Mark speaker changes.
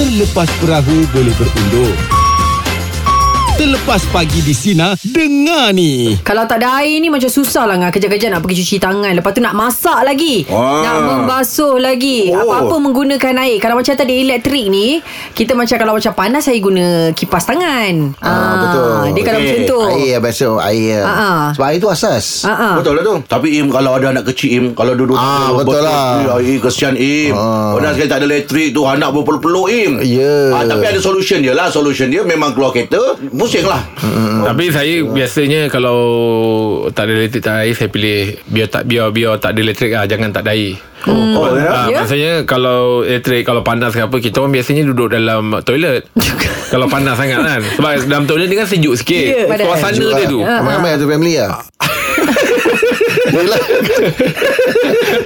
Speaker 1: Terlepas perahu boleh berundur. Terlepas pagi di Sina, dengar ni.
Speaker 2: Kalau tak ada air ni macam susah lah Ngah kerja-kerja nak pergi cuci tangan. Lepas tu nak masak lagi.
Speaker 3: Ah.
Speaker 2: Nak membasuh lagi.
Speaker 3: Oh.
Speaker 2: Apa-apa menggunakan air. Kalau macam tadi elektrik ni, kita macam kalau macam panas saya guna kipas tangan.
Speaker 4: Ah, betul.
Speaker 2: Dia kalau
Speaker 3: Okey.
Speaker 2: macam tu.
Speaker 4: Air besok air.
Speaker 2: Ah, ah.
Speaker 4: Sebab air tu asas.
Speaker 2: Ah, ah.
Speaker 3: Betul lah tu Tapi Im Kalau ada anak kecil Im Kalau duduk
Speaker 4: Ah,
Speaker 3: duduk
Speaker 4: betul
Speaker 3: botol, eh,
Speaker 4: lah.
Speaker 3: eh, Kesian Im
Speaker 4: Ah.
Speaker 3: Pernah sekali tak ada elektrik tu Anak berpeluk-peluk Im
Speaker 4: Ya.
Speaker 3: ah, Tapi ada solution dia lah Solution dia memang keluar kereta Pusing lah
Speaker 4: Hmm.
Speaker 5: Tapi saya biasanya kalau tak ada elektrik tak ada air saya pilih biar tak biar biar tak ada elektrik ah jangan tak ada air.
Speaker 3: Oh, ya?
Speaker 5: Ah,
Speaker 2: Ya?
Speaker 5: Maksudnya kalau elektrik Kalau panas ke apa Kita orang biasanya duduk dalam toilet Kalau panas sangat kan Sebab dalam toilet ni kan
Speaker 2: Ya,
Speaker 5: sejuk sikit
Speaker 2: padahal.
Speaker 5: Suasana
Speaker 2: Sejuk
Speaker 5: dia
Speaker 4: Ah,
Speaker 5: tu
Speaker 4: Ramai-ramai satu family lah. Yelah.